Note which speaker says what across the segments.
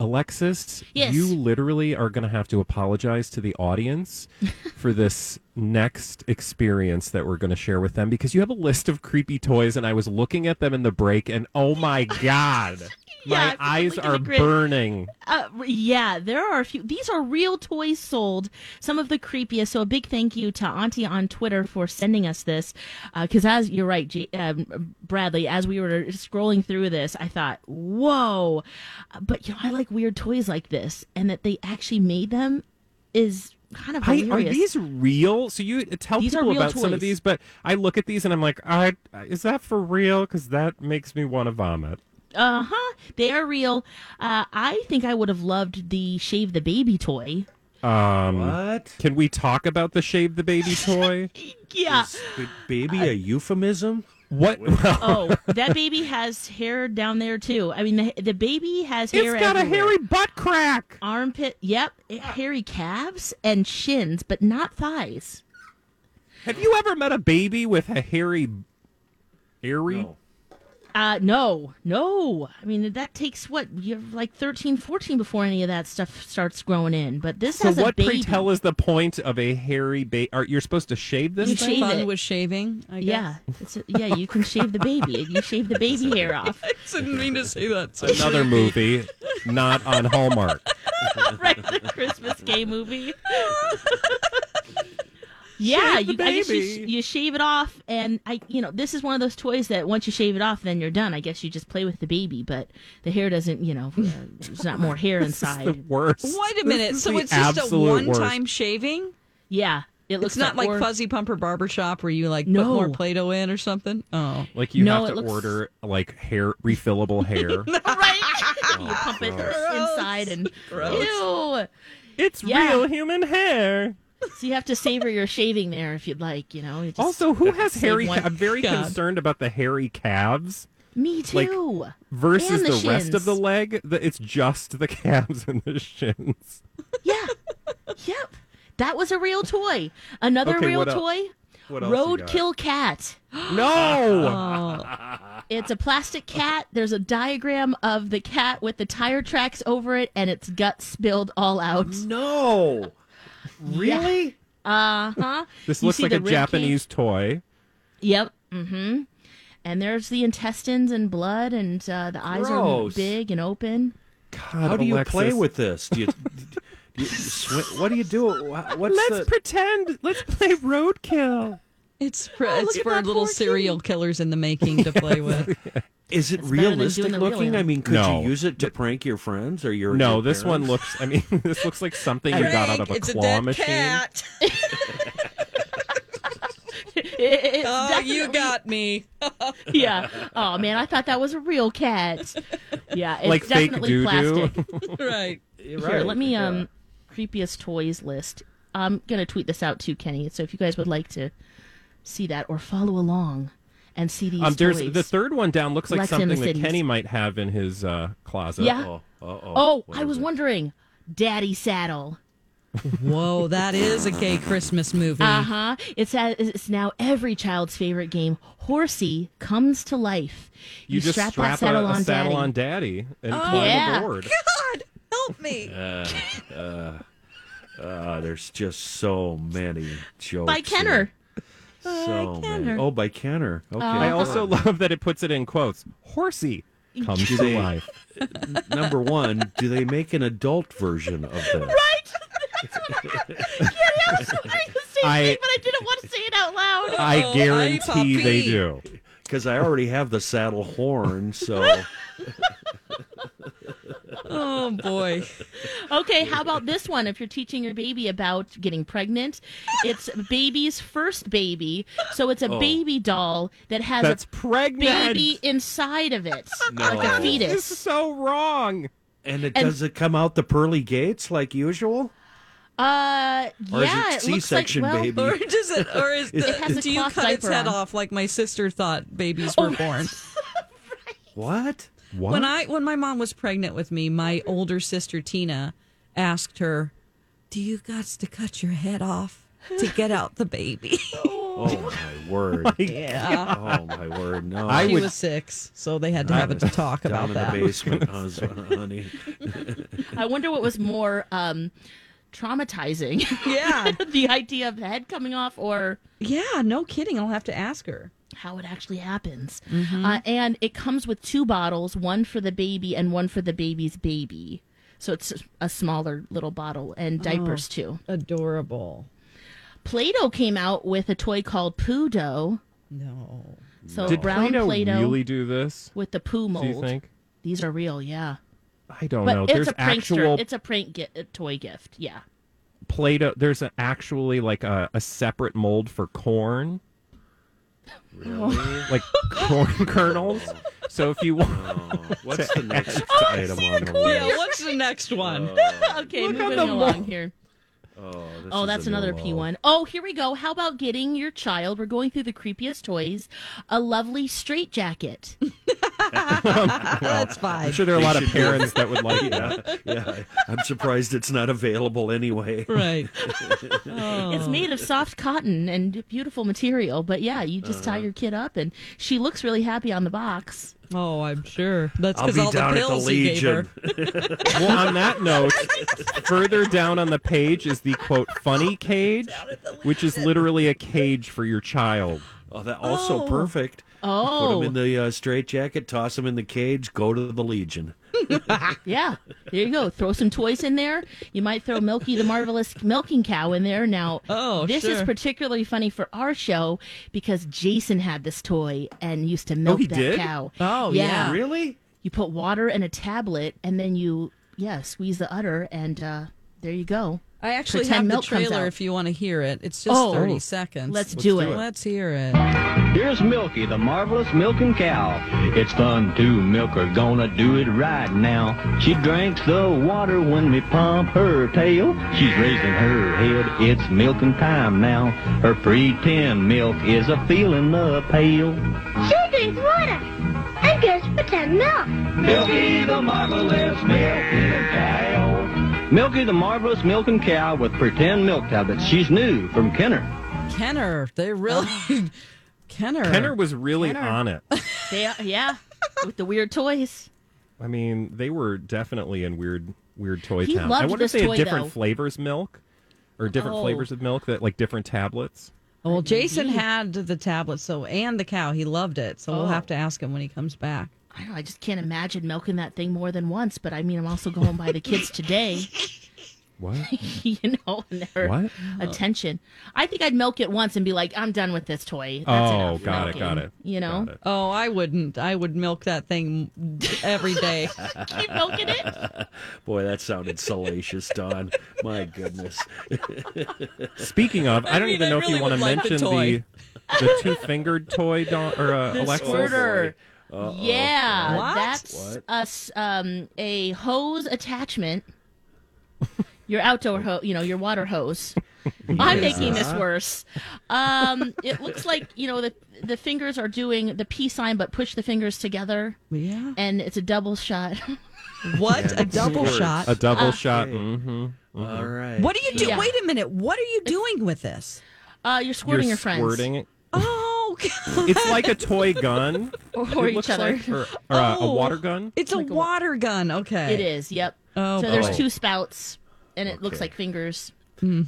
Speaker 1: Alexis,
Speaker 2: Yes.
Speaker 1: you literally are going to have to apologize to the audience for this next experience that we're going to share with them because you have a list of creepy toys, and I was looking at them in the break, and oh my God,
Speaker 2: Yeah,
Speaker 1: my
Speaker 2: I'm
Speaker 1: eyes
Speaker 2: looking at
Speaker 1: are
Speaker 2: Grit.
Speaker 1: burning.
Speaker 2: Uh, r- yeah, there are a few. These are real toys sold. Some of the creepiest. So a big thank you to Auntie on Twitter for sending us this. Because as you're right, G- um, Bradley, as we were scrolling through this, I thought, whoa. Uh, But you know, I like weird toys like this, and that they actually made them is kind of
Speaker 1: I,
Speaker 2: hilarious.
Speaker 1: are these real? So you tell
Speaker 2: These are
Speaker 1: people
Speaker 2: real
Speaker 1: about some of
Speaker 2: toys.
Speaker 1: these, but I look at these and I'm like, I, is that for real? Because that makes me want to vomit.
Speaker 2: Uh huh. They are real. Uh, I think I would have loved the shave the baby toy.
Speaker 1: Um,
Speaker 3: What?
Speaker 1: Can we talk about the shave the baby toy?
Speaker 2: Yeah.
Speaker 3: Is the baby a euphemism?
Speaker 1: what?
Speaker 2: oh, that baby has hair down there too. I mean, the, the baby has hair.
Speaker 1: it's got a
Speaker 2: everywhere.
Speaker 1: hairy butt crack.
Speaker 2: armpit. Yep, eh, hairy calves and shins, but not thighs.
Speaker 1: Have you ever met a baby with a hairy, hairy?
Speaker 3: No.
Speaker 2: Uh, no, no. I mean, that takes what you're like 13, 14 before any of that stuff starts growing in. But this
Speaker 1: So
Speaker 2: has a
Speaker 1: what?
Speaker 2: baby.
Speaker 1: Pray tell is the point of a hairy baby? Are you're supposed to shave this?
Speaker 2: You
Speaker 4: You
Speaker 2: shave
Speaker 4: fun
Speaker 2: it.
Speaker 4: with shaving. I guess.
Speaker 2: yeah, it's a- yeah. You can shave the baby. You shave the baby hair off.
Speaker 4: didn't mean to say that. So
Speaker 1: Another movie, not on Hallmark.
Speaker 2: right, the Christmas gay movie. yeah,
Speaker 1: Shave the
Speaker 2: you, I guess you, sh-
Speaker 1: baby.
Speaker 2: you shave it off, and I, you know, this is one of those toys that once you shave it off, then you're done. I guess you just play with the baby, but the hair doesn't, you know, uh, there's not more hair
Speaker 1: The
Speaker 2: inside.
Speaker 1: worst.
Speaker 4: Wait
Speaker 1: This
Speaker 4: a minute.
Speaker 1: is
Speaker 4: So
Speaker 1: the
Speaker 4: it's just a
Speaker 1: absolute worst.
Speaker 4: one-time shaving.
Speaker 2: Yeah, it looks
Speaker 4: It's not like
Speaker 2: or-
Speaker 4: Fuzzy Pumper Barber Shop where you like
Speaker 2: No.
Speaker 4: put more Play-Doh in or something. Oh,
Speaker 1: Like you
Speaker 2: No,
Speaker 1: have
Speaker 2: it
Speaker 1: to
Speaker 2: looks-
Speaker 1: order like hair refillable hair.
Speaker 2: right. you pump it inside and ew.
Speaker 1: it's
Speaker 2: Yeah.
Speaker 1: real human hair.
Speaker 2: So you have to savor your shaving there if you'd like. You know, You just-
Speaker 1: Also, who has
Speaker 2: save
Speaker 1: hairy?
Speaker 2: one-
Speaker 1: I'm very
Speaker 4: God.
Speaker 1: concerned about the hairy calves
Speaker 2: me
Speaker 1: like,
Speaker 2: too.
Speaker 1: versus
Speaker 2: And the
Speaker 1: the, rest of
Speaker 2: shins.
Speaker 1: the leg. The, it's just the calves and the shins.
Speaker 2: Yeah. yep. That was a real toy. Another
Speaker 1: Okay,
Speaker 2: real
Speaker 1: what el-
Speaker 2: toy.
Speaker 3: what else you got?
Speaker 2: Roadkill cat.
Speaker 1: No.
Speaker 2: It's a plastic cat. There's a diagram of the cat with the tire tracks over it and its gut spilled all out.
Speaker 3: No. Really?
Speaker 2: Uh huh.
Speaker 1: This
Speaker 2: You
Speaker 1: looks
Speaker 2: see
Speaker 1: like
Speaker 2: the
Speaker 1: a
Speaker 2: rib cage?
Speaker 1: Japanese toy.
Speaker 2: Yep. Mm hmm. And there's the intestines and blood, and uh, the eyes are
Speaker 3: Gross.
Speaker 2: big and open.
Speaker 1: God,
Speaker 3: How do you
Speaker 1: Alexis.
Speaker 3: play with this? Do you, do you swi- what do you do? Wha- What's
Speaker 1: Let's
Speaker 3: the,
Speaker 1: pretend. Let's play roadkill.
Speaker 4: it's for, it's
Speaker 2: at
Speaker 4: for
Speaker 2: that
Speaker 4: little
Speaker 2: poor
Speaker 4: serial killers in the making to play with.
Speaker 3: is it
Speaker 2: It's better than doing
Speaker 3: realistic
Speaker 2: the real
Speaker 3: looking? I
Speaker 2: one.
Speaker 3: mean, could
Speaker 1: No.
Speaker 3: you use it to prank your friends or your
Speaker 1: No,
Speaker 3: your
Speaker 1: this one looks.
Speaker 3: parents?
Speaker 1: I mean, this looks like something you got out of a
Speaker 4: it's
Speaker 1: claw
Speaker 4: a dead
Speaker 1: machine.
Speaker 4: cat.
Speaker 2: It's
Speaker 4: Oh,
Speaker 2: definitely-
Speaker 4: you got me.
Speaker 2: Yeah. Oh, man, I thought that was a real cat. Yeah, it's
Speaker 1: Like fake
Speaker 2: definitely
Speaker 1: doo-doo.
Speaker 2: plastic.
Speaker 4: right.
Speaker 3: You're
Speaker 2: Here,
Speaker 3: right,
Speaker 2: let me
Speaker 3: yeah.
Speaker 2: um creepiest toys list. I'm gonna tweet this out too, Kenny. So if you guys would like to see that or follow along and see these
Speaker 1: Um, there's
Speaker 2: toys.
Speaker 1: the third one down. Looks like
Speaker 2: Lex and the
Speaker 1: something that
Speaker 2: Cities.
Speaker 1: Kenny might have in his uh, closet.
Speaker 2: Yeah.
Speaker 3: Uh-oh, uh-oh.
Speaker 2: oh,
Speaker 3: What
Speaker 2: I
Speaker 3: is
Speaker 2: was
Speaker 3: it?
Speaker 2: wondering, Daddy Saddle.
Speaker 4: Whoa, that is a gay Christmas movie.
Speaker 1: Hmm.
Speaker 2: Uh huh. It's at, it's now every child's favorite game. Horsey comes to life.
Speaker 1: You, just strap,
Speaker 2: that
Speaker 1: a,
Speaker 2: saddle
Speaker 1: a
Speaker 2: on
Speaker 1: saddle
Speaker 2: Daddy.
Speaker 1: on daddy
Speaker 4: Oh,
Speaker 1: and climb
Speaker 2: yeah.
Speaker 1: aboard.
Speaker 4: God, help me.
Speaker 3: Uh, there's just so many jokes.
Speaker 2: by Kenner.
Speaker 3: here. So many. Oh, by Kenner. Okay.
Speaker 1: I also love that it puts it in quotes. Horsey comes to
Speaker 3: Do they-
Speaker 1: life.
Speaker 3: Number one, do they make an adult version of this?
Speaker 2: I,
Speaker 1: I-
Speaker 2: but I didn't want to say it out loud.
Speaker 1: I
Speaker 4: Oh, hi,
Speaker 1: guarantee they
Speaker 4: puppy.
Speaker 1: do.
Speaker 3: Because I already have the saddle horn, so
Speaker 4: Oh boy.
Speaker 2: Okay, how about this one? If you're teaching your baby about getting pregnant, it's baby's first baby. So it's a
Speaker 3: Oh.
Speaker 2: baby doll that has
Speaker 1: That's
Speaker 2: a
Speaker 1: pregnant.
Speaker 2: baby inside of it,
Speaker 3: No.
Speaker 2: like a
Speaker 1: It's
Speaker 2: fetus.
Speaker 1: so wrong.
Speaker 3: and it
Speaker 2: And-
Speaker 3: does it come out the pearly gates like usual?
Speaker 2: Uh,
Speaker 3: Or is
Speaker 2: yeah,
Speaker 3: it
Speaker 2: it looks like
Speaker 3: C-section,
Speaker 2: well,
Speaker 3: baby?
Speaker 4: Or does it? Or is
Speaker 2: has
Speaker 4: the,
Speaker 2: a
Speaker 4: do you
Speaker 2: cloth
Speaker 4: cut its
Speaker 2: diaper
Speaker 4: head
Speaker 2: on.
Speaker 4: off like my sister thought babies were born?
Speaker 3: What?
Speaker 1: What?
Speaker 4: When I when my mom was pregnant with me, my older sister Tina asked her, "Do you got to cut your head off to get out the baby?"
Speaker 3: Oh my word!
Speaker 4: yeah.
Speaker 3: Oh my word! No,
Speaker 1: I
Speaker 4: She
Speaker 1: would-
Speaker 4: was six, so they had to
Speaker 3: I
Speaker 4: have a
Speaker 3: was
Speaker 4: talk
Speaker 3: down
Speaker 4: about
Speaker 3: in
Speaker 4: that.
Speaker 3: the basement, hus- honey.
Speaker 2: I wonder what was more um, traumatizing.
Speaker 4: Yeah.
Speaker 2: the idea of the head coming off or
Speaker 4: Yeah, no kidding. I'll have to ask her.
Speaker 2: how it actually happens.
Speaker 1: Mm-hmm.
Speaker 2: Uh, and it comes with two bottles, one for the baby and one for the baby's baby. So it's a smaller little bottle and
Speaker 1: Oh.
Speaker 2: diapers too.
Speaker 4: Adorable.
Speaker 2: Play-Doh came out with a toy called Poo Doh.
Speaker 4: No.
Speaker 2: So
Speaker 1: Did
Speaker 2: brown
Speaker 1: Play-Doh,
Speaker 2: Play-Doh,
Speaker 1: really do this?
Speaker 2: with the poo mold.
Speaker 1: Do you think?
Speaker 2: These are real, yeah.
Speaker 1: I don't
Speaker 2: But
Speaker 1: know.
Speaker 2: it's
Speaker 1: There's
Speaker 2: a prankster.
Speaker 1: actual
Speaker 2: It's a prank gi- uh, toy gift. Yeah.
Speaker 1: Play-Doh. There's a, actually like a, a separate mold for corn,
Speaker 3: Really?
Speaker 1: like corn kernels. So if you want,
Speaker 3: Oh, what's the next item on the list?
Speaker 4: Yeah, what's the next one?
Speaker 2: Okay,
Speaker 1: Oh. Look on
Speaker 2: moving
Speaker 1: the
Speaker 2: along
Speaker 1: mold.
Speaker 2: here.
Speaker 3: Oh, this
Speaker 2: Oh,
Speaker 3: is
Speaker 2: that's
Speaker 3: a new
Speaker 2: another
Speaker 3: low.
Speaker 2: P1. Oh, here we go. How about getting your child? We're going through the creepiest toys. A lovely straight jacket.
Speaker 4: That's
Speaker 1: I'm
Speaker 4: fine.
Speaker 1: sure there are a lot of
Speaker 3: should do it.
Speaker 1: parents that would like that.
Speaker 3: Yeah, yeah. I'm surprised it's not available anyway.
Speaker 4: Right. Oh.
Speaker 2: It's made of soft cotton and beautiful material, but yeah, you just
Speaker 4: Uh-huh.
Speaker 2: tie your kid up and she looks really happy on the box.
Speaker 4: Oh, I'm sure. That's
Speaker 3: I'll
Speaker 4: because
Speaker 3: be
Speaker 4: all the
Speaker 3: down at the
Speaker 4: pills he gave her.
Speaker 3: Legion.
Speaker 1: Well, on that note, further down on the page is the quote funny cage, which is literally a cage for your child.
Speaker 3: Oh, that also
Speaker 4: Oh.
Speaker 3: perfect. Put
Speaker 2: Oh.
Speaker 3: him in the uh, straight jacket, toss him in the cage, go to the Legion.
Speaker 2: Yeah, there you go. Throw some toys in there. You might throw Milky the Marvelous Milking Cow in there. Now,
Speaker 4: Oh,
Speaker 2: this is
Speaker 4: sure.
Speaker 2: particularly funny for our show because Jason had this toy and used to milk
Speaker 1: he
Speaker 2: that
Speaker 1: did?
Speaker 2: cow.
Speaker 4: Oh, yeah.
Speaker 3: Really?
Speaker 2: You put water in a tablet and then you, yeah, squeeze the udder and uh, there you go.
Speaker 4: I actually
Speaker 2: Pretend
Speaker 4: have the
Speaker 2: milk comes
Speaker 4: trailer
Speaker 2: out.
Speaker 4: if you want to hear it. It's just
Speaker 2: Oh.
Speaker 4: 30 seconds.
Speaker 2: Let's do it.
Speaker 4: Let's hear it.
Speaker 5: Here's Milky, the marvelous milking cow. It's fun to milk her, gonna do it right now. She drinks the water when we pump her tail. She's raising her head, it's milking time now. Her pretend milk is a feeling of pale.
Speaker 6: She drinks water and gives pretend milk.
Speaker 5: Milky the marvelous milking cow. Milky the marvelous milking cow with pretend milk tablets. She's new from Kenner.
Speaker 4: Kenner. They really. Kenner.
Speaker 1: Kenner was really on it.
Speaker 2: They, yeah, with the weird toys.
Speaker 1: I mean, they were definitely in weird, weird toy
Speaker 2: He
Speaker 1: town. I
Speaker 2: loved
Speaker 1: wonder if
Speaker 2: this
Speaker 1: they
Speaker 2: toy,
Speaker 1: had different
Speaker 2: though.
Speaker 1: flavors milk, or different
Speaker 2: Oh.
Speaker 1: flavors of milk that like different tablets.
Speaker 4: Well, Jason had the tablet, so and the cow. He loved it. So we'll have to ask him when he comes back.
Speaker 2: I don't know. I just can't imagine milking that thing more than once. But I mean, I'm also going by the kids today,
Speaker 1: What?
Speaker 2: you know, and their
Speaker 1: What?
Speaker 2: attention. I think I'd milk it once and be like, I'm done with this toy. That's
Speaker 1: oh,
Speaker 2: enough
Speaker 1: got it,
Speaker 2: milking,"
Speaker 1: got it.
Speaker 2: You know,
Speaker 1: Got it.
Speaker 4: Oh, I wouldn't. I would milk that thing every day.
Speaker 2: keep milking it.
Speaker 3: Boy, that sounded salacious, Don. My goodness.
Speaker 1: Speaking of, I, don't
Speaker 4: mean,
Speaker 1: even
Speaker 4: I
Speaker 1: know if
Speaker 4: really
Speaker 1: you want to
Speaker 4: would like the
Speaker 1: mention the
Speaker 4: toy.
Speaker 1: the two fingered toy don- or uh, Alexa.
Speaker 2: Squirter. Yeah,
Speaker 4: What?
Speaker 2: that's us. Um, a hose attachment. Your outdoor hose, you know, your water hose. I'm making this worse. Um, it looks like you know the the fingers are doing the P sign, but push the fingers together.
Speaker 4: yeah.
Speaker 2: and it's a double shot.
Speaker 4: What a double
Speaker 3: worse.
Speaker 4: shot.
Speaker 1: A double shot. hmm
Speaker 3: All right.
Speaker 4: What are you do?
Speaker 2: Yeah.
Speaker 4: Wait a minute. What are you doing with this?
Speaker 2: Uh, you're squirting
Speaker 1: You're
Speaker 2: your friends
Speaker 1: squirting it.
Speaker 4: Oh, God.
Speaker 1: It's like a toy gun.
Speaker 2: or,
Speaker 1: it
Speaker 2: or each
Speaker 1: looks
Speaker 2: other.
Speaker 1: like, or, or, uh, a
Speaker 4: Oh.
Speaker 1: water gun.
Speaker 4: it's a water gun. Okay.
Speaker 2: It is. Yep.
Speaker 4: Oh,
Speaker 2: so there's
Speaker 4: boy.
Speaker 2: two spouts, and it looks like fingers.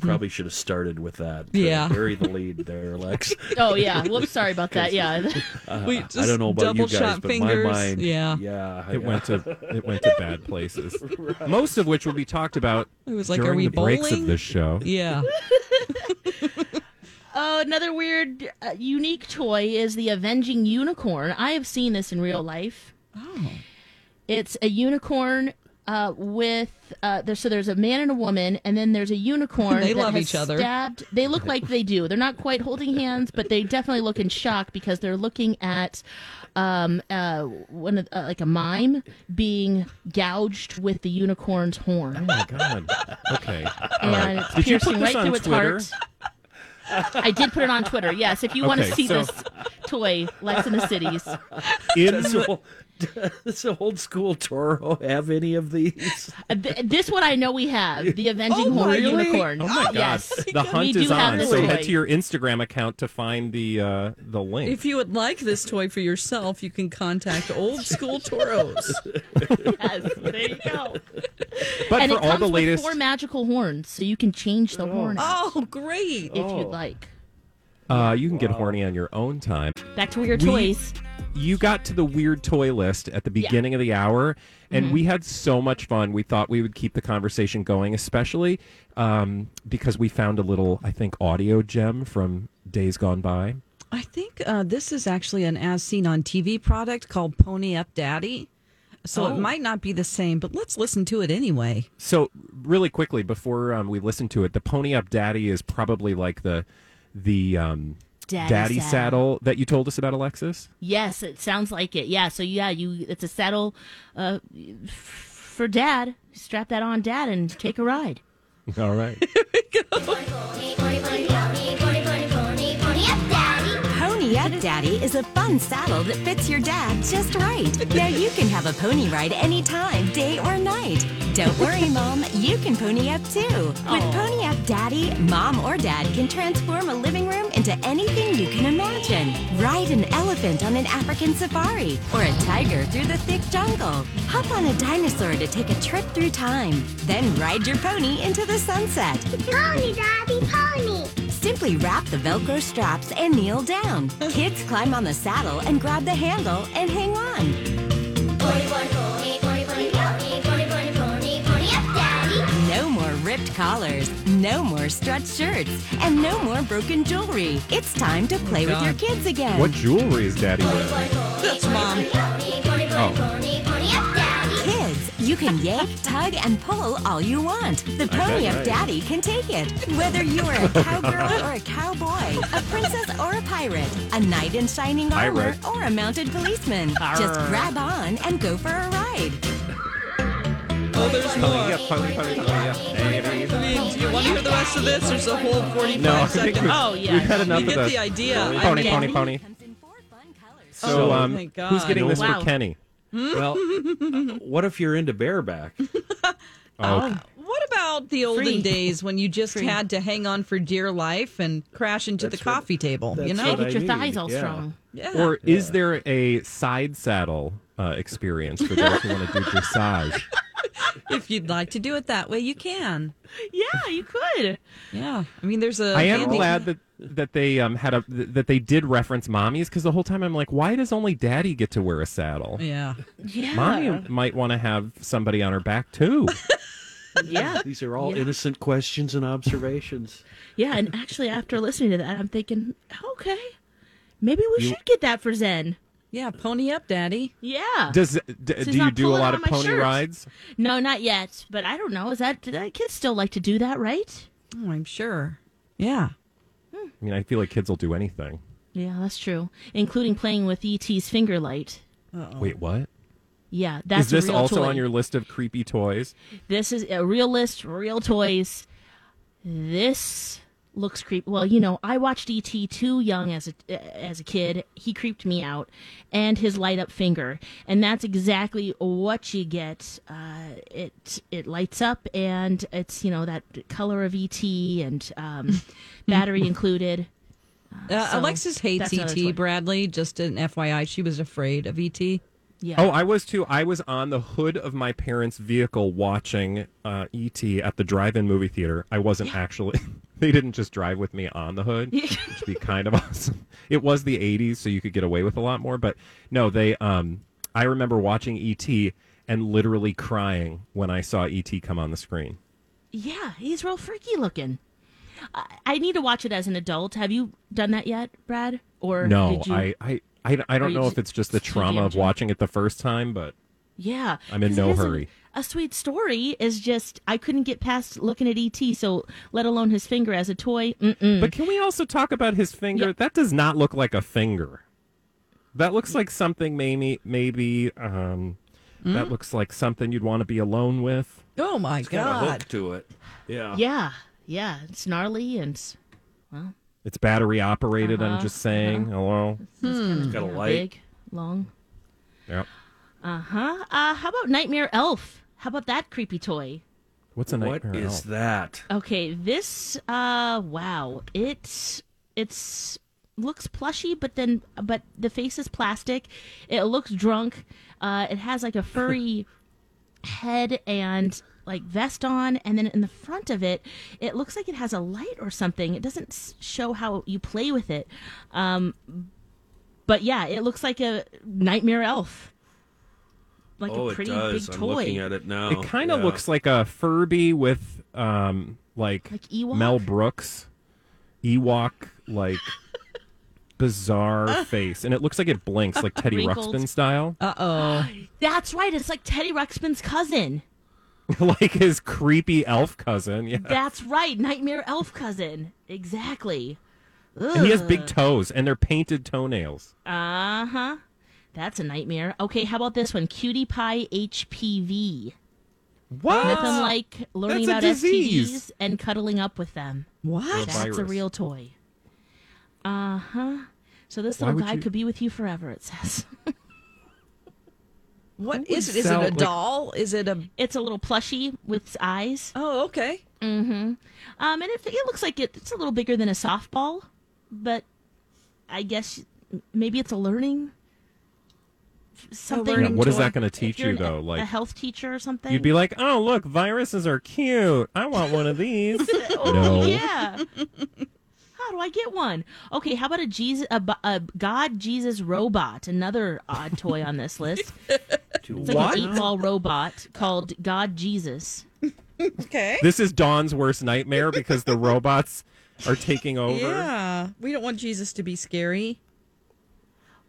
Speaker 3: Probably should have started with that. to
Speaker 4: Yeah.
Speaker 3: Bury the lead there, Lex.
Speaker 2: Oh yeah. Whoops. Sorry about that. Yeah.
Speaker 3: Uh,
Speaker 4: We
Speaker 3: I
Speaker 4: just
Speaker 3: don't know about you
Speaker 4: double
Speaker 3: guys,
Speaker 4: shot
Speaker 3: but
Speaker 4: fingers.
Speaker 3: my mind,
Speaker 4: Yeah.
Speaker 3: yeah,
Speaker 1: It went to it went to bad places. Most of which will be talked about
Speaker 4: It was like,
Speaker 1: during
Speaker 4: are we
Speaker 1: the breaks
Speaker 4: bowling?
Speaker 1: of this show.
Speaker 4: Yeah.
Speaker 2: Oh, another weird, uh, unique toy is the Avenging Unicorn. I have seen this in real life.
Speaker 4: Oh.
Speaker 2: It's a unicorn uh, with uh, there. So there's a man and a woman, and then there's a unicorn.
Speaker 4: They
Speaker 2: that
Speaker 4: love
Speaker 2: has
Speaker 4: each other.
Speaker 2: Stabbed. They look like they do. They're not quite holding hands, but they definitely look in shock because they're looking at um, uh, one of, uh, like a mime being gouged with the unicorn's
Speaker 1: Oh
Speaker 2: horn,
Speaker 1: my god. Okay. Um, All
Speaker 2: and
Speaker 1: right.
Speaker 2: it's
Speaker 1: Did you
Speaker 2: piercing
Speaker 1: put
Speaker 2: right
Speaker 1: this
Speaker 2: through
Speaker 1: on
Speaker 2: its
Speaker 1: Twitter?
Speaker 2: heart. I did put it on Twitter. Yes, if you want
Speaker 1: Okay,
Speaker 2: to see
Speaker 1: so-
Speaker 2: this toy, Lights in the Cities. Uh,
Speaker 1: In
Speaker 3: Does,
Speaker 1: the-
Speaker 3: old, does the old school Toro have any of these?
Speaker 2: Uh, th- this one I know we have the Avenging
Speaker 4: Oh,
Speaker 2: Horror
Speaker 4: really?
Speaker 2: Unicorn.
Speaker 1: Oh my god.
Speaker 2: Yes,
Speaker 1: The hunt
Speaker 2: we
Speaker 1: is
Speaker 2: do have
Speaker 1: on.
Speaker 2: this
Speaker 1: So
Speaker 2: toy.
Speaker 1: head to your Instagram account to find the uh, the link.
Speaker 4: If you would like this toy for yourself, you can contact Old School Toros.
Speaker 2: yes, there you go.
Speaker 1: but
Speaker 2: and
Speaker 1: for
Speaker 2: it
Speaker 1: all
Speaker 2: comes
Speaker 1: the
Speaker 2: with
Speaker 1: latest
Speaker 2: four magical horns, so you can change the horn out
Speaker 4: Oh, great.
Speaker 2: if you'd like.
Speaker 1: uh, you can get horny on your own time.
Speaker 2: Back to weird
Speaker 1: We-
Speaker 2: toys.
Speaker 1: you got to the weird toy list at the beginning of the hour,
Speaker 2: Mm-hmm.
Speaker 1: and we had so much fun. We thought we would keep the conversation going, especially um, because we found a little, I think, audio gem from days gone by.
Speaker 4: I think uh, this is actually an as seen on TV product called Pony Up Daddy. So
Speaker 1: Oh.
Speaker 4: it might not be the same, but let's listen to it anyway.
Speaker 1: So, really quickly before um, we listen to it, the Pony Up Daddy is probably like the the um,
Speaker 2: Daddy
Speaker 1: saddle.
Speaker 2: saddle.
Speaker 1: that you told us about, Alexis.
Speaker 2: Yes, it sounds like it. Yeah, so yeah, you it's a saddle uh, f- for dad. Strap that on, dad, and take a ride.
Speaker 1: All right.
Speaker 6: Pony, pony, pony, pony, pony, pony, pony, pony up, daddy.
Speaker 7: Pony Up Daddy is a fun saddle that fits your dad just right. Now you can have a pony ride anytime, day or night. Don't worry, Mom, you can pony up too. With Pony Up Daddy, Mom or Dad can transform a living room into anything you can imagine. Ride an elephant on an African safari or a tiger through the thick jungle. Hop on a dinosaur to take a trip through time. Then ride your pony into the sunset.
Speaker 6: Pony, daddy, pony.
Speaker 7: Simply wrap the Velcro straps and kneel down. Kids climb on the saddle and grab the handle and hang on.
Speaker 6: Pony, pony, pony, pony, pony, pony, pony, pony, pony, pony up, daddy.
Speaker 7: No more ripped collars, no more stretched shirts, and no more broken jewelry. It's time to play with your kids again.
Speaker 1: what jewelry is Daddy
Speaker 6: Pony,
Speaker 1: wearing?
Speaker 6: pony, pony,
Speaker 4: That's
Speaker 6: pony,
Speaker 4: Mom.
Speaker 6: Pony, pony, pony, pony, pony up, daddy.
Speaker 7: Kids, you can yank, tug, and pull all you want. The pony of daddy can take it. Whether you are a cowgirl or a cowboy, a princess or a pirate, a knight in shining armor,
Speaker 1: Pirate.
Speaker 7: or a mounted policeman, just grab on and go for a ride.
Speaker 4: Oh, there's
Speaker 1: Pony Up, Pony, Pony, Pony Up, Daddy.
Speaker 4: I mean, do you want to hear the rest of this? There's a whole 45
Speaker 1: No, I think
Speaker 4: seconds.
Speaker 1: we've,
Speaker 2: Oh, yeah.
Speaker 1: we've had
Speaker 2: You
Speaker 1: enough
Speaker 4: get
Speaker 1: of this.
Speaker 4: the idea. I
Speaker 1: Pony,
Speaker 4: mean-
Speaker 1: pony, pony.
Speaker 7: Comes in four fun colors.
Speaker 1: So,
Speaker 4: Oh,
Speaker 1: um,
Speaker 4: my God.
Speaker 1: who's getting this
Speaker 2: Wow.
Speaker 1: for Kenny?
Speaker 3: Well, uh, what if you're into bareback?
Speaker 1: Oh,
Speaker 4: What about the olden
Speaker 2: Free.
Speaker 4: days when you just had to hang on for dear life and crash into the
Speaker 3: what-
Speaker 4: coffee table? You
Speaker 3: that's
Speaker 4: know?
Speaker 2: Yeah,
Speaker 3: what
Speaker 2: get
Speaker 3: I
Speaker 2: your
Speaker 3: need,
Speaker 2: thighs all
Speaker 3: yeah.
Speaker 2: strong.
Speaker 4: yeah.
Speaker 1: Or is there a side saddle uh, experience for those who want to do dressage?
Speaker 4: if you'd like to do it that way, you can.
Speaker 2: Yeah, you could.
Speaker 4: Yeah. I mean, there's a.
Speaker 1: I am
Speaker 4: handy-
Speaker 1: glad that that they um, had a th- that they did reference mommies because the whole time I'm like, why does only daddy get to wear a saddle?
Speaker 4: Yeah.
Speaker 2: Yeah.
Speaker 1: Mommy might want to have somebody on her back too.
Speaker 2: Yeah.
Speaker 3: These are all
Speaker 2: Yeah.
Speaker 3: innocent questions and observations.
Speaker 2: Yeah, and actually, after listening to that, I'm thinking, okay, maybe we should get that for Zen.
Speaker 4: Yeah. Pony up, daddy.
Speaker 2: Yeah.
Speaker 1: Does d- do you
Speaker 2: not
Speaker 1: do a
Speaker 2: pulling
Speaker 1: lot
Speaker 2: on
Speaker 1: of
Speaker 2: my
Speaker 1: pony
Speaker 2: shirt.
Speaker 1: rides?
Speaker 2: no, not yet. But I don't know. Is that do that kids still like to do that, right?
Speaker 4: Oh, I'm sure. Yeah.
Speaker 1: I mean, I feel like kids will do anything.
Speaker 2: Yeah, that's true. Including playing with ET's finger light.
Speaker 1: Wait, what?
Speaker 2: Yeah, Oh. that's
Speaker 1: Is this
Speaker 2: a real
Speaker 1: also
Speaker 2: toy.
Speaker 1: on your list of creepy toys?
Speaker 2: This is a real list, real toys. This looks creepy. Well, you know, I watched ET too young as a as a kid. He creeped me out, and his light up finger, and that's exactly what you get. Uh, it it lights up, and it's you know that color of ET and um, battery included.
Speaker 4: Uh,
Speaker 2: So,
Speaker 4: Alexis hates E
Speaker 2: that's another
Speaker 4: ET.
Speaker 2: toy.
Speaker 4: Bradley, just an FYI, she was afraid of E ET.
Speaker 2: Yeah.
Speaker 1: Oh, I was too. I was on the hood of my parents' vehicle watching uh, ET at the drive-in movie theater. I wasn't actually. They didn't just drive with me on the hood, which would be kind of awesome. It was the '80s, so you could get away with a lot more. But no, they. Um, I remember watching ET and literally crying when I saw ET come on the screen.
Speaker 2: yeah, he's real freaky looking. I, I need to watch it as an adult. Have you done that yet, Brad? Or
Speaker 1: No,
Speaker 2: did you...
Speaker 1: I, I, I, I
Speaker 2: Or
Speaker 1: don't
Speaker 2: you
Speaker 1: know
Speaker 2: just-
Speaker 1: if it's just the
Speaker 2: just too
Speaker 1: trauma of
Speaker 2: damaging.
Speaker 1: watching it the first time, but
Speaker 2: Yeah.
Speaker 1: I'm in
Speaker 2: 'cause
Speaker 1: no
Speaker 2: it is a-
Speaker 1: hurry.
Speaker 2: A, sweet story is just I couldn't get past looking at ET, so let alone his finger as a toy. Mm-mm.
Speaker 1: But can we also talk about his finger?
Speaker 2: Mm. Yeah.
Speaker 1: That does not look like a finger. That looks like something maybe maybe um,
Speaker 2: Mm.
Speaker 1: that looks like something you'd want to be alone with.
Speaker 4: Oh my
Speaker 3: Got a
Speaker 4: god!
Speaker 3: hook to it. Yeah.
Speaker 2: yeah, yeah, it's gnarly and it's
Speaker 1: It's battery operated.
Speaker 2: Uh-huh.
Speaker 1: I'm just saying. Hello.
Speaker 3: It's got a light.
Speaker 2: uh, big, long.
Speaker 1: Yep.
Speaker 2: Uh huh. Uh, how about Nightmare Elf? How about that creepy toy?
Speaker 1: What's a
Speaker 3: What
Speaker 1: nightmare? Oh.
Speaker 3: is
Speaker 1: elf?
Speaker 3: that?
Speaker 2: Okay, this uh wow. It's it's looks plushy but then but the face is plastic. It looks drunk. Uh it has like a furry head and like vest on and then in the front of it it looks like it has a light or something. It doesn't s- show how you play with it. Um but yeah, it looks like a nightmare elf. Like
Speaker 3: oh,
Speaker 2: a
Speaker 3: it
Speaker 2: pretty
Speaker 3: does.
Speaker 2: big
Speaker 3: I'm
Speaker 2: toy.
Speaker 3: looking at it now.
Speaker 1: It kind of
Speaker 3: Yeah.
Speaker 1: looks like a Furby with um like,
Speaker 2: Like Ewok?
Speaker 1: Mel Brooks, Ewok like
Speaker 2: Uh.
Speaker 1: bizarre face, and it looks like it blinks like Teddy
Speaker 2: Wrinkled.
Speaker 1: Ruxpin style,
Speaker 4: Uh oh.
Speaker 2: That's right. It's like Teddy Ruxpin's cousin.
Speaker 1: like his creepy elf cousin. Yeah.
Speaker 2: That's right, Nightmare Elf cousin. Exactly.
Speaker 1: And he has big toes, and they're painted toenails.
Speaker 2: Uh huh. That's a nightmare. Okay, how about this one? Cutie Pie HPV.
Speaker 1: What?
Speaker 2: Nothing like learning about
Speaker 1: Ah, that's a disease.
Speaker 2: STDs and cuddling up with them.
Speaker 4: What?
Speaker 2: That's a
Speaker 1: virus.
Speaker 2: real toy. Uh huh. So this
Speaker 1: Why
Speaker 2: little
Speaker 1: would
Speaker 2: guy
Speaker 1: you-
Speaker 2: could be with you forever. It says
Speaker 4: What
Speaker 1: Who would
Speaker 4: is it? Is
Speaker 1: sell,
Speaker 4: it a
Speaker 1: like-
Speaker 4: doll? Is it a?
Speaker 2: it's a little plushie with eyes.
Speaker 4: Oh, okay.
Speaker 2: Um, and it, it looks like it, it's a little bigger than a softball, but I guess maybe it's a learning f- something.
Speaker 4: learning Yeah,
Speaker 1: what is
Speaker 4: toy.
Speaker 1: that going to
Speaker 2: If
Speaker 1: teach
Speaker 2: you're
Speaker 1: you
Speaker 2: an- e,
Speaker 1: though?
Speaker 2: a
Speaker 1: Like
Speaker 2: health teacher or something.
Speaker 1: you'd be like, "Oh, look, viruses are cute. I want one of these."
Speaker 2: oh,
Speaker 1: no.
Speaker 2: yeah. How do I get one? Okay, how about a Jesus, a, bu- a God Jesus robot? Another odd toy on this list.
Speaker 3: To
Speaker 2: It's like an eight-ball robot called God Jesus.
Speaker 4: Okay.
Speaker 1: This is Dawn's worst nightmare because the robots are taking over.
Speaker 4: Yeah. We don't want Jesus to be scary.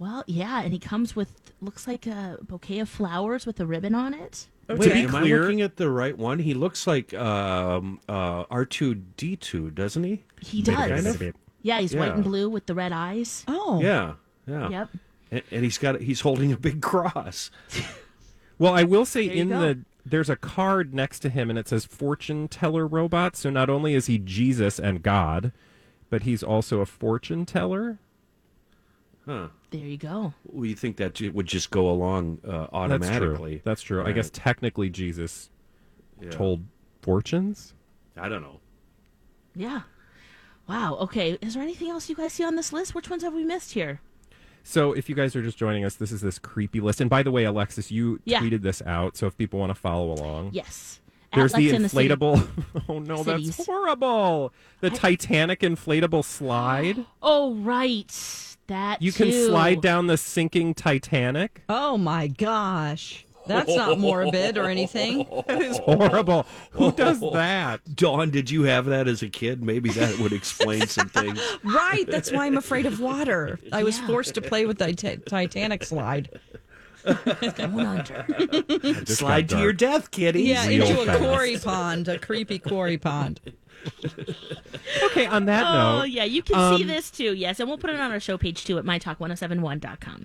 Speaker 2: Well, yeah, and he comes with looks like a bouquet of flowers with a ribbon on it.
Speaker 3: Wait,
Speaker 1: be
Speaker 3: am
Speaker 1: clear-
Speaker 3: I looking at the right one? He looks like um, uh, R2D2, doesn't he?
Speaker 2: He does.
Speaker 1: Kind of.
Speaker 2: Yeah, he's white
Speaker 3: Yeah.
Speaker 2: and blue with the red eyes.
Speaker 4: Oh.
Speaker 3: Yeah, yeah.
Speaker 2: Yep.
Speaker 3: And, and he's got he's holding a big cross.
Speaker 1: Well, I will say
Speaker 2: you
Speaker 1: in
Speaker 2: go.
Speaker 1: the there's a card next to him and it says fortune teller robot. So not only is he Jesus and God, but he's also a fortune teller.
Speaker 2: There you go.
Speaker 3: Well, you think that ju- would just go along uh,
Speaker 1: That's
Speaker 3: automatically?
Speaker 1: true. That's true. I
Speaker 3: Right.
Speaker 1: guess technically Jesus
Speaker 3: Yeah.
Speaker 1: told fortunes.
Speaker 3: I don't know.
Speaker 2: Yeah. Wow. Okay. Is there anything else you guys see on this list? Which ones have we missed here?
Speaker 1: So, if you guys are just joining us, this is this creepy list. And by the way, Alexis, you
Speaker 2: Yeah.
Speaker 1: tweeted this out. So, if people want to follow along,
Speaker 2: Yes.
Speaker 1: there's
Speaker 2: Atlex
Speaker 1: the
Speaker 2: in city.
Speaker 1: inflatable. oh, no,
Speaker 2: Cities.
Speaker 1: that's horrible. The Titanic inflatable slide.
Speaker 2: oh right. That
Speaker 1: You can
Speaker 2: too.
Speaker 1: slide down the sinking Titanic.
Speaker 4: Oh my gosh. That's not morbid or anything.
Speaker 1: That is
Speaker 2: Oh.
Speaker 1: horrible. Who does that?
Speaker 3: Dawn, did you have that as a kid? Maybe that would explain some things.
Speaker 4: Right. That's why I'm afraid of water. I was
Speaker 2: Yeah.
Speaker 4: forced to play with the Ti- Titanic slide.
Speaker 2: Going under.
Speaker 3: Slide to your death, kitty.
Speaker 4: Yeah,
Speaker 1: Real
Speaker 4: into a
Speaker 1: fast.
Speaker 4: quarry pond, a creepy quarry pond.
Speaker 1: Okay, on that
Speaker 2: Oh
Speaker 1: note,
Speaker 2: yeah, you can see
Speaker 1: um,
Speaker 2: this too. Yes, and we'll put it on our show page too at mytalk1071.com.